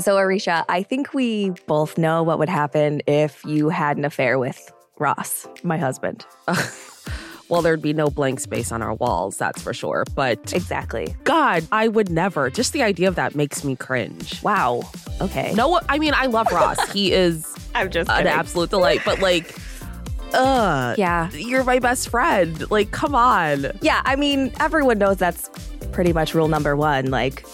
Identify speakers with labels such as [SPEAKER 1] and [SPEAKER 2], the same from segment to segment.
[SPEAKER 1] So, Arisha, I think we both know what would happen if you had an affair with Ross, my husband.
[SPEAKER 2] well, there'd be no blank space on our walls, that's for sure. But
[SPEAKER 1] Exactly.
[SPEAKER 2] God, I would never. Just the idea of that makes me cringe.
[SPEAKER 1] Wow. Okay. Uh,
[SPEAKER 2] No, I mean, I love Ross. he is
[SPEAKER 1] I'm just
[SPEAKER 2] an
[SPEAKER 1] kidding.
[SPEAKER 2] absolute delight, but like, uh,
[SPEAKER 1] Yeah.
[SPEAKER 2] you're my best friend. Like, come on.
[SPEAKER 1] Yeah. I mean, everyone knows that's pretty much rule number one. Like,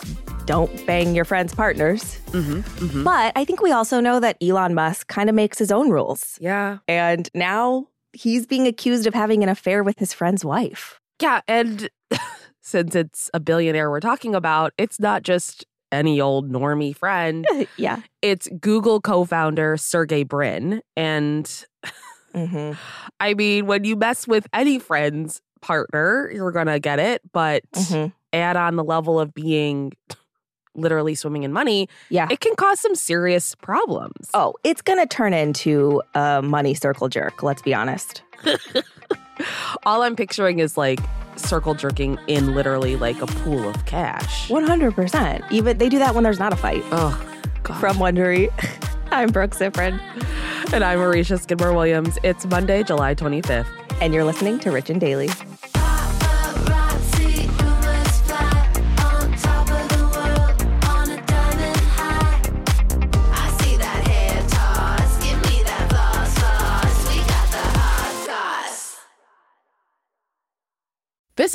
[SPEAKER 1] don't bang your friends' partners.
[SPEAKER 2] Mm-hmm, mm-hmm.
[SPEAKER 1] But I think we also know that Elon Musk kind of makes his own rules.
[SPEAKER 2] Yeah.
[SPEAKER 1] And now he's being accused of having an affair with his friend's wife.
[SPEAKER 2] Yeah. And since it's a billionaire we're talking about, it's not just any old normie friend.
[SPEAKER 1] yeah.
[SPEAKER 2] It's Google co founder Sergey Brin. And
[SPEAKER 1] Mm-hmm.
[SPEAKER 2] I mean, when you mess with any friend's partner, you're going to get it. But
[SPEAKER 3] Mm-hmm.
[SPEAKER 1] Mm-hmm.
[SPEAKER 2] add on the level of being literally swimming in money,
[SPEAKER 1] Yeah.
[SPEAKER 2] it can cause some serious problems.
[SPEAKER 1] Oh, it's going to turn into a money circle jerk, let's be honest.
[SPEAKER 2] All I'm picturing is like circle jerking in literally like a pool of cash.
[SPEAKER 1] 100%. Even they do that when there's not a fight.
[SPEAKER 2] Oh, God.
[SPEAKER 1] From Wondery, I'm Brooke Ziffrin,
[SPEAKER 2] and I'm Marisha Skidmore Williams. It's Monday, July 25th.
[SPEAKER 1] and you're listening to Rich and Daily.
[SPEAKER 4] Paparazzi, you must fly on top of the world on a diamond high. I see that hair toss, give me that floss, floss. We got the hot sauce.
[SPEAKER 3] This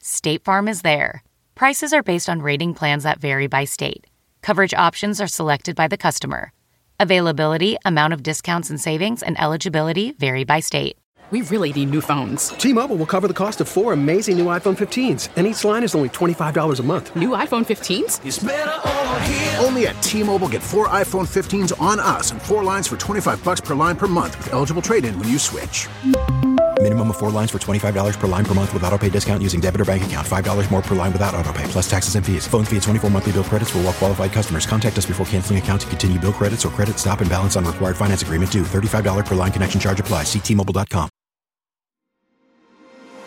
[SPEAKER 5] State Farm is there. Prices are based on rating plans that vary by state. Coverage options are selected by the customer. Availability, amount of discounts and savings, and eligibility vary by state.
[SPEAKER 6] We really need new phones.
[SPEAKER 7] T-Mobile will cover the cost of four amazing new iPhone 15s, and each line is only $25 a month.
[SPEAKER 6] New iPhone 15s?
[SPEAKER 8] Only at T-Mobile get 4 iPhone 15s on us and 4 lines for 25 bucks per line per month with eligible trade-in when you switch.
[SPEAKER 9] Minimum of four lines for $25 per line per month with auto pay discount using debit or bank account. $5 more per line without auto pay, plus taxes and fees. Phone fee at 24 monthly bill credits for all qualified customers. Contact us before canceling account to continue bill credits or credit stop and balance on required finance agreement due. $35 per line connection charge applies. Ctmobile.com.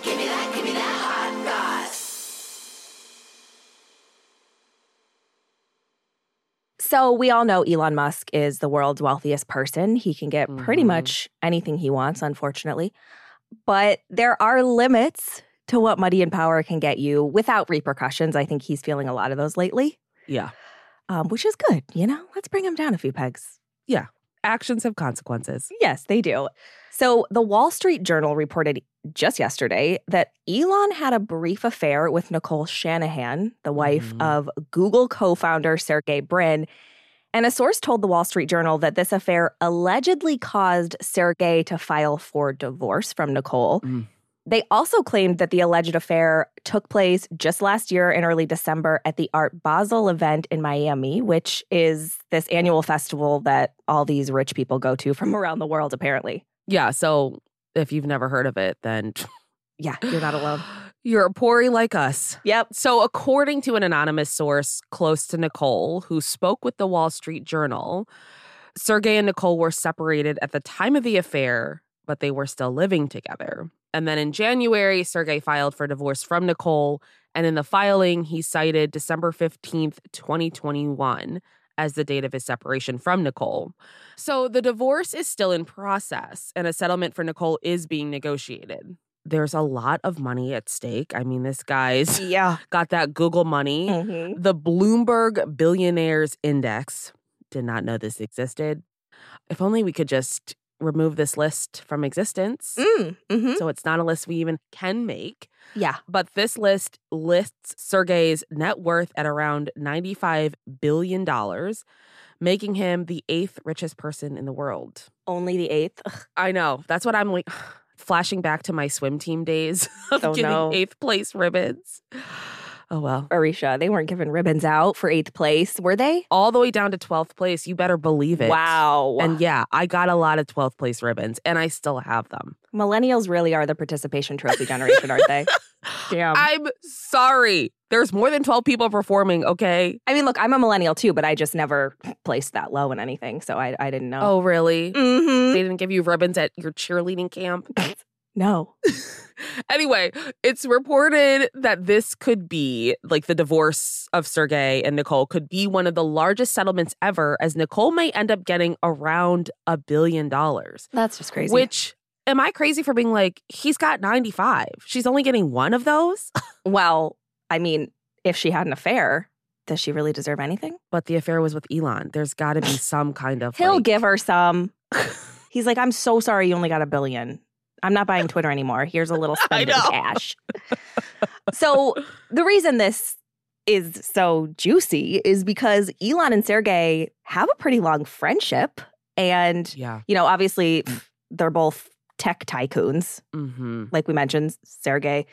[SPEAKER 4] Give me that, give me that hot sauce.
[SPEAKER 1] So we all know Elon Musk is the world's wealthiest person. He can get pretty
[SPEAKER 2] Mhm.
[SPEAKER 1] much anything he wants, unfortunately. But there are limits to what money and power can get you without repercussions. I think he's feeling a lot of those lately,
[SPEAKER 2] Yeah.
[SPEAKER 1] um, which is good. You know, let's bring him down a few pegs.
[SPEAKER 2] Actions have consequences.
[SPEAKER 1] Yes, they do. So the Wall Street Journal reported just yesterday that Elon had a brief affair with Nicole Shanahan, the wife
[SPEAKER 2] Mhm.
[SPEAKER 1] of Google co founder Sergey Brin. And a source told the Wall Street Journal that this affair allegedly caused Sergey to file for divorce from Nicole.
[SPEAKER 2] Mm.
[SPEAKER 1] They also claimed that the alleged affair took place just last year in early December at the Art Basel event in Miami, which is this annual festival that all these rich people go to from around the world, apparently.
[SPEAKER 2] Yeah. So if you've never heard of it, then
[SPEAKER 1] Yeah, you're not alone.
[SPEAKER 2] you're a poorie like us.
[SPEAKER 1] Yep.
[SPEAKER 2] So, according to an anonymous source close to Nicole, who spoke with the Wall Street Journal, Sergey and Nicole were separated at the time of the affair, but they were still living together. And then in January, Sergey filed for divorce from Nicole. And in the filing, he cited December 15th, 2021 as the date of his separation from Nicole. So the divorce is still in process and a settlement for Nicole is being negotiated. there's a lot of money at stake. I mean, this guy's
[SPEAKER 1] Yeah.
[SPEAKER 2] got that Google money.
[SPEAKER 1] Mhm.
[SPEAKER 2] The Bloomberg Billionaires Index. Did not know this existed. If only we could just remove this list from existence.
[SPEAKER 1] Mm, hmm
[SPEAKER 2] So it's not a list we even can make.
[SPEAKER 1] Yeah.
[SPEAKER 2] But this list lists Sergey's net worth at around $95 billion, making him the eighth richest person in the world.
[SPEAKER 1] Only the eighth.
[SPEAKER 2] I know. That's what I'm like flashing back to my swim team days of
[SPEAKER 1] Oh,
[SPEAKER 2] getting
[SPEAKER 1] no.
[SPEAKER 2] eighth place ribbons. Oh, well.
[SPEAKER 1] Arisha, they weren't giving ribbons out for eighth place, were they?
[SPEAKER 2] All the way down to 12th place. You better believe it.
[SPEAKER 1] Wow.
[SPEAKER 2] And yeah, I got a lot of 12th place ribbons and I still have them.
[SPEAKER 1] millennials really are the participation trophy generation, aren't they? Damn. I,
[SPEAKER 2] I'm sorry. There's more than 12 people performing, okay?
[SPEAKER 1] mean, look, I'm a millennial too, but I just never placed that low in anything, so I, I didn't know.
[SPEAKER 2] Oh, really?
[SPEAKER 1] Mm-hmm.
[SPEAKER 2] They didn't give you ribbons at your cheerleading camp.
[SPEAKER 1] No.
[SPEAKER 2] anyway, it's reported that this could be like the divorce of Sergey and Nicole could be one of the largest settlements ever, as Nicole may end up getting around a billion dollars.
[SPEAKER 1] That's just crazy.
[SPEAKER 2] Which, am I crazy for being like, he's got 95? She's only getting one of those?
[SPEAKER 1] well, I mean, if she had an affair, does she really deserve anything?
[SPEAKER 2] But the affair was with Elon. There's got to be some kind of.
[SPEAKER 1] He'll
[SPEAKER 2] like-
[SPEAKER 1] give her some. He's like, I'm so sorry you only got a billion. I'm not buying Twitter anymore. Here's a little
[SPEAKER 2] I
[SPEAKER 1] spend in
[SPEAKER 2] know.
[SPEAKER 1] cash. so the reason this is so juicy is because Elon and Sergey have a pretty long friendship. And,
[SPEAKER 2] Yeah.
[SPEAKER 1] you know, obviously pff, they're both tech tycoons.
[SPEAKER 2] hmm
[SPEAKER 1] Like we mentioned, Sergey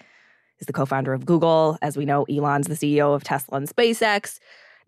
[SPEAKER 1] is the co founder of Google. As we know, Elon's the CEO of Tesla and SpaceX.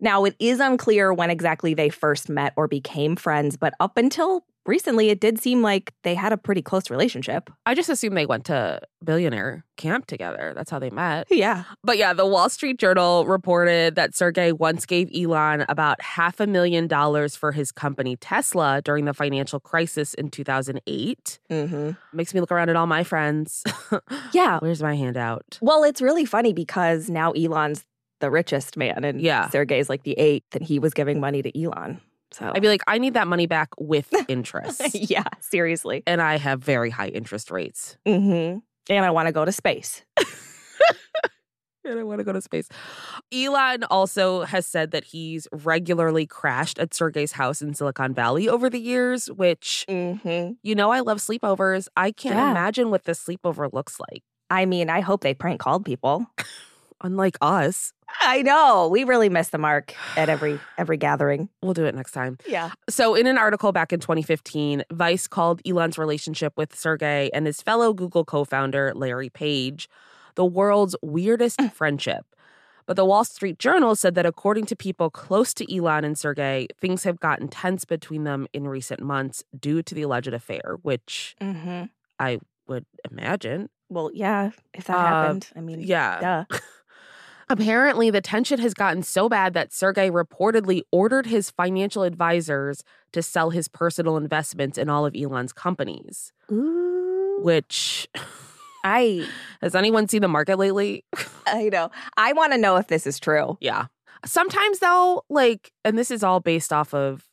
[SPEAKER 1] Now, it is unclear when exactly they first met or became friends, but up until recently, it did seem like they had a pretty close relationship.
[SPEAKER 2] I just assume they went to billionaire camp together. That's how they met.
[SPEAKER 1] Yeah.
[SPEAKER 2] But yeah, the Wall Street Journal reported that Sergey once gave Elon about half a million dollars for his company Tesla during the financial crisis in 2008.
[SPEAKER 1] Mm-hmm.
[SPEAKER 2] Makes me look around at all my friends.
[SPEAKER 1] Yeah.
[SPEAKER 2] Where's my handout?
[SPEAKER 1] Well, it's really funny because now Elon's the richest man and
[SPEAKER 2] Yeah.
[SPEAKER 1] Sergey's like the eighth, and he was giving money to Elon. So,
[SPEAKER 2] I'd be like, I need that money back with interest.
[SPEAKER 1] yeah, seriously.
[SPEAKER 2] and I have very high interest rates.
[SPEAKER 1] Mm-hmm. And I want to go to space.
[SPEAKER 2] And I want to go to space. Elon also has said that he's regularly crashed at Sergey's house in Silicon Valley over the years, which
[SPEAKER 1] Mm-hmm.
[SPEAKER 2] You know, I love sleepovers. I can't
[SPEAKER 1] Yeah.
[SPEAKER 2] imagine what this sleepover looks like.
[SPEAKER 1] I mean, I hope they prank called people.
[SPEAKER 2] Unlike us,
[SPEAKER 1] I know. We really miss the mark at every every gathering.
[SPEAKER 2] we'll do it next time.
[SPEAKER 1] Yeah.
[SPEAKER 2] So, in an article back in 2015, Vice called Elon's relationship with Sergey and his fellow Google co founder, Larry Page, the world's weirdest friendship. But the Wall Street Journal said that according to people close to Elon and Sergey, things have gotten tense between them in recent months due to the alleged affair, which
[SPEAKER 1] Mm-hmm.
[SPEAKER 2] I would imagine.
[SPEAKER 1] Well, yeah, if that
[SPEAKER 2] Uh,
[SPEAKER 1] happened. I mean,
[SPEAKER 2] Yeah.
[SPEAKER 1] duh.
[SPEAKER 2] Apparently, the tension has gotten so bad that Sergey reportedly ordered his financial advisors to sell his personal investments in all of Elon's companies.
[SPEAKER 1] Ooh.
[SPEAKER 2] Which,
[SPEAKER 1] I
[SPEAKER 2] has anyone seen the market lately?
[SPEAKER 1] I know. I want to know if this is true.
[SPEAKER 2] yeah. Sometimes, though, like, and this is all based off of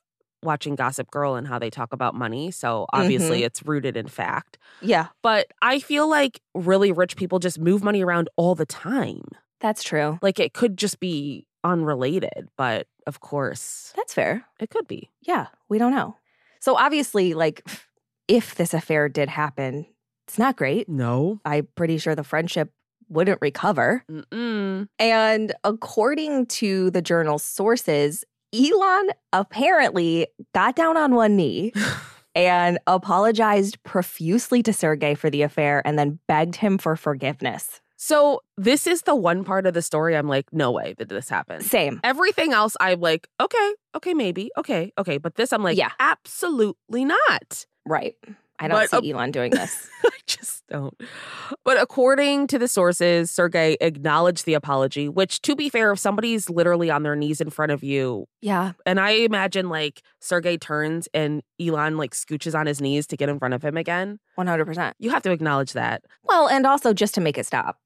[SPEAKER 2] watching Gossip Girl and how they talk about money. So obviously, it's rooted in fact.
[SPEAKER 1] Yeah,
[SPEAKER 2] But I feel like really rich people just move money around all the time.
[SPEAKER 1] that's true.
[SPEAKER 2] Like, it could just be unrelated, but of course,
[SPEAKER 1] That's fair.
[SPEAKER 2] it could be.
[SPEAKER 1] Yeah, we don't know. So obviously, like, if this affair did happen, it's not great.
[SPEAKER 2] No.
[SPEAKER 1] I'm pretty sure the friendship wouldn't recover.
[SPEAKER 2] Mm-mm.
[SPEAKER 1] And according to the journal's sources, Elon apparently got down on one knee and apologized profusely to Sergey for the affair and then begged him for forgiveness.
[SPEAKER 2] So this is the one part of the story I'm like, no way did this happen.
[SPEAKER 1] Same.
[SPEAKER 2] Everything else I'm like, okay, okay, maybe, okay, okay. But this I'm like,
[SPEAKER 1] Yeah.
[SPEAKER 2] absolutely not.
[SPEAKER 1] Right. I don't
[SPEAKER 2] But, uh,
[SPEAKER 1] see Elon doing this.
[SPEAKER 2] I just don't. But according to the sources, Sergey acknowledged the apology, which to be fair, if somebody's literally on their knees in front of you,
[SPEAKER 1] yeah.
[SPEAKER 2] and I imagine like Sergey turns and Elon like scooches on his knees to get in front of him again,
[SPEAKER 1] 100%.
[SPEAKER 2] you have to acknowledge that.
[SPEAKER 1] Well, and also just to make it stop.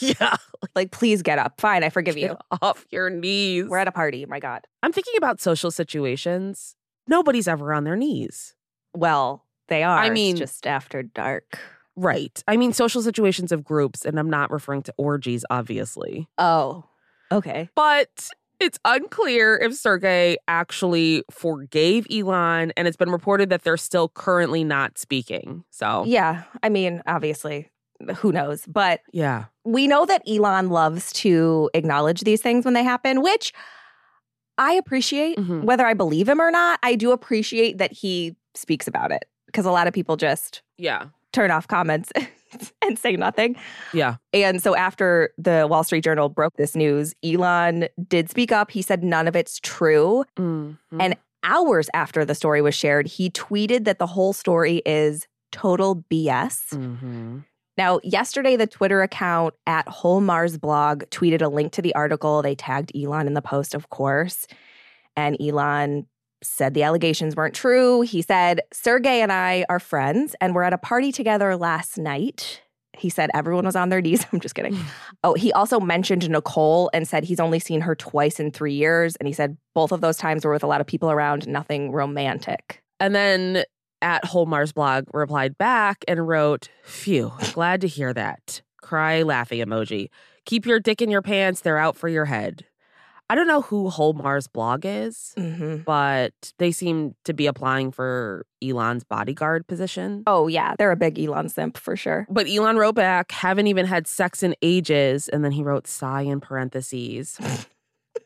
[SPEAKER 2] yeah.
[SPEAKER 1] Like, please get up. Fine, I forgive you.
[SPEAKER 2] Get off your knees.
[SPEAKER 1] We're at a party. My God.
[SPEAKER 2] I'm thinking about social situations. Nobody's ever on their knees.
[SPEAKER 1] Well, they are.
[SPEAKER 2] I
[SPEAKER 1] It's
[SPEAKER 2] mean-
[SPEAKER 1] just after dark.
[SPEAKER 2] Right. I mean, social situations of groups, and I'm not referring to orgies, obviously.
[SPEAKER 1] Oh, okay.
[SPEAKER 2] But it's unclear if Sergey actually forgave Elon, and it's been reported that they're still currently not speaking. So,
[SPEAKER 1] Yeah. I mean, obviously, who knows? But
[SPEAKER 2] yeah.
[SPEAKER 1] we know that Elon loves to acknowledge these things when they happen, which I appreciate.
[SPEAKER 2] Mhm.
[SPEAKER 1] Whether I believe him or not, I do appreciate that he speaks about it because a lot of people just
[SPEAKER 2] Yeah.
[SPEAKER 1] turn off comments and say nothing.
[SPEAKER 2] Yeah.
[SPEAKER 1] And so after the Wall Street Journal broke this news, Elon did speak up. He said none of it's true.
[SPEAKER 2] And
[SPEAKER 1] Hours after the story was shared, he tweeted that the whole story is total BS.
[SPEAKER 2] Mm-hmm.
[SPEAKER 1] Now, yesterday, the Twitter account at Whole Mars blog tweeted a link to the article. They tagged Elon in the post, of course. And Elon said the allegations weren't true. He said, Sergey and I are friends and we're at a party together last night. He said everyone was on their knees. I'm just kidding. Oh, he also mentioned Nicole and said he's only seen her twice in three years. And he said both of those times were with a lot of people around, nothing romantic.
[SPEAKER 2] And then at Whole Mars blog replied back and wrote, Phew, glad to hear that. Cry laughing emoji. Keep your dick in your pants, they're out for your head. I don't know who Whole Mars blog is,
[SPEAKER 1] hmm
[SPEAKER 2] but they seem to be applying for Elon's bodyguard position.
[SPEAKER 1] Oh, yeah. They're a big Elon simp for sure.
[SPEAKER 2] But Elon wrote back, haven't even had sex in ages. And then he wrote sigh in parentheses,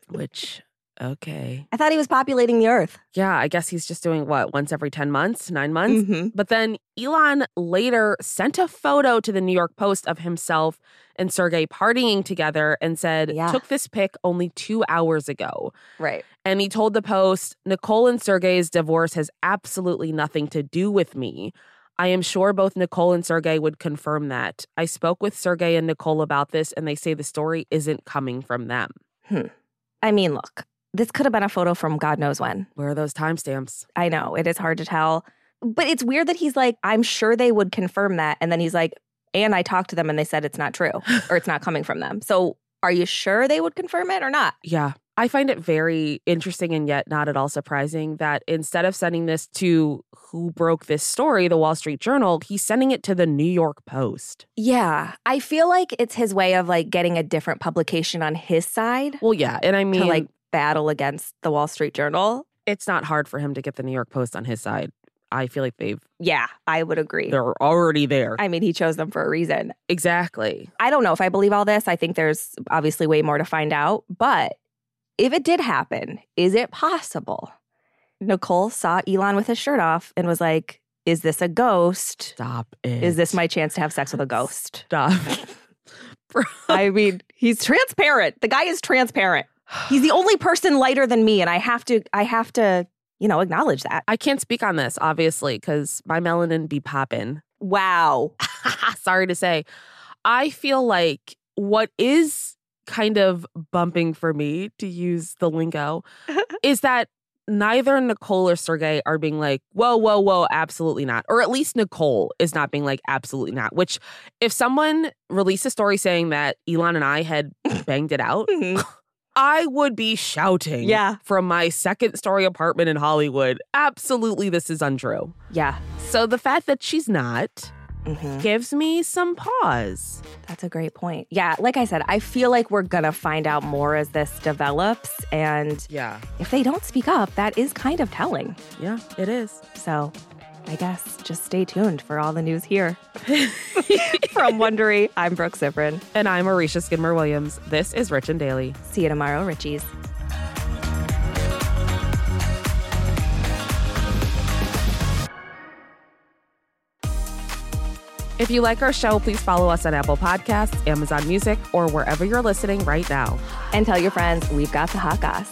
[SPEAKER 2] which, okay.
[SPEAKER 1] I thought he was populating the earth.
[SPEAKER 2] Yeah, I guess he's just doing what, once every 10 months, nine months?
[SPEAKER 1] Mhm.
[SPEAKER 2] But then Elon later sent a photo to the New York Post of himself and Sergey partying together and said,
[SPEAKER 1] Yeah.
[SPEAKER 2] took this pic only two hours ago.
[SPEAKER 1] Right.
[SPEAKER 2] And he told the Post, Nicole and Sergey's divorce has absolutely nothing to do with me. I am sure both Nicole and Sergey would confirm that. I spoke with Sergey and Nicole about this, and they say the story isn't coming from them.
[SPEAKER 1] I mean, look, this could have been a photo from God knows when.
[SPEAKER 2] Where are those timestamps?
[SPEAKER 1] I know it is hard to tell, but it's weird that he's like, I'm sure they would confirm that. And then he's like, and I talked to them and they said it's not true or it's not coming from them. So are you sure they would confirm it or not?
[SPEAKER 2] Yeah. I find it very interesting and yet not at all surprising that instead of sending this to who broke this story, the Wall Street Journal, he's sending it to the New York Post.
[SPEAKER 1] Yeah. I feel like it's his way of like getting a different publication on his side
[SPEAKER 2] Well, yeah. And I mean,
[SPEAKER 1] to like battle against the Wall Street Journal.
[SPEAKER 2] it's not hard for him to get the New York Post on his side. I feel like they've
[SPEAKER 1] Yeah, I would agree.
[SPEAKER 2] they're already there.
[SPEAKER 1] I mean, he chose them for a reason.
[SPEAKER 2] exactly.
[SPEAKER 1] I don't know if I believe all this. I think there's obviously way more to find out. But if it did happen, is it possible? Nicole saw Elon with his shirt off and was like, Is this a ghost?
[SPEAKER 2] Stop it.
[SPEAKER 1] Is this my chance to have sex with a ghost?
[SPEAKER 2] stop? Bro.
[SPEAKER 1] I mean, he's transparent. The guy is transparent. He's the only person lighter than me. And I have to, I have to, you know, acknowledge that.
[SPEAKER 2] I can't speak on this, obviously, because my melanin be popping.
[SPEAKER 1] Wow.
[SPEAKER 2] sorry to say. I feel like what is kind of bumping for me, to use the lingo, is that neither Nicole or Sergey are being like, whoa, whoa, whoa, absolutely not. Or at least Nicole is not being like, absolutely not. Which, if someone released a story saying that Elon and I had banged it out,
[SPEAKER 1] Mhm.
[SPEAKER 2] I would be shouting
[SPEAKER 1] Yeah.
[SPEAKER 2] from my second story apartment in Hollywood. Absolutely, this is untrue.
[SPEAKER 1] Yeah.
[SPEAKER 2] So the fact that she's not
[SPEAKER 1] Mhm.
[SPEAKER 2] gives me some pause.
[SPEAKER 1] That's a great point. Yeah. Like I said, I feel like we're going to find out more as this develops. And
[SPEAKER 2] Yeah.
[SPEAKER 1] if they don't speak up, that is kind of telling.
[SPEAKER 2] Yeah, it is.
[SPEAKER 1] So I guess just stay tuned for all the news here. From Wondery, I'm Brooke Ziprin.
[SPEAKER 2] And I'm Marisha Skidmore Williams. This is Rich and Daily.
[SPEAKER 1] See you tomorrow, Richies.
[SPEAKER 2] If you like our show, please follow us on Apple Podcasts, Amazon Music, or wherever you're listening right now.
[SPEAKER 1] And tell your friends we've got the hot goss.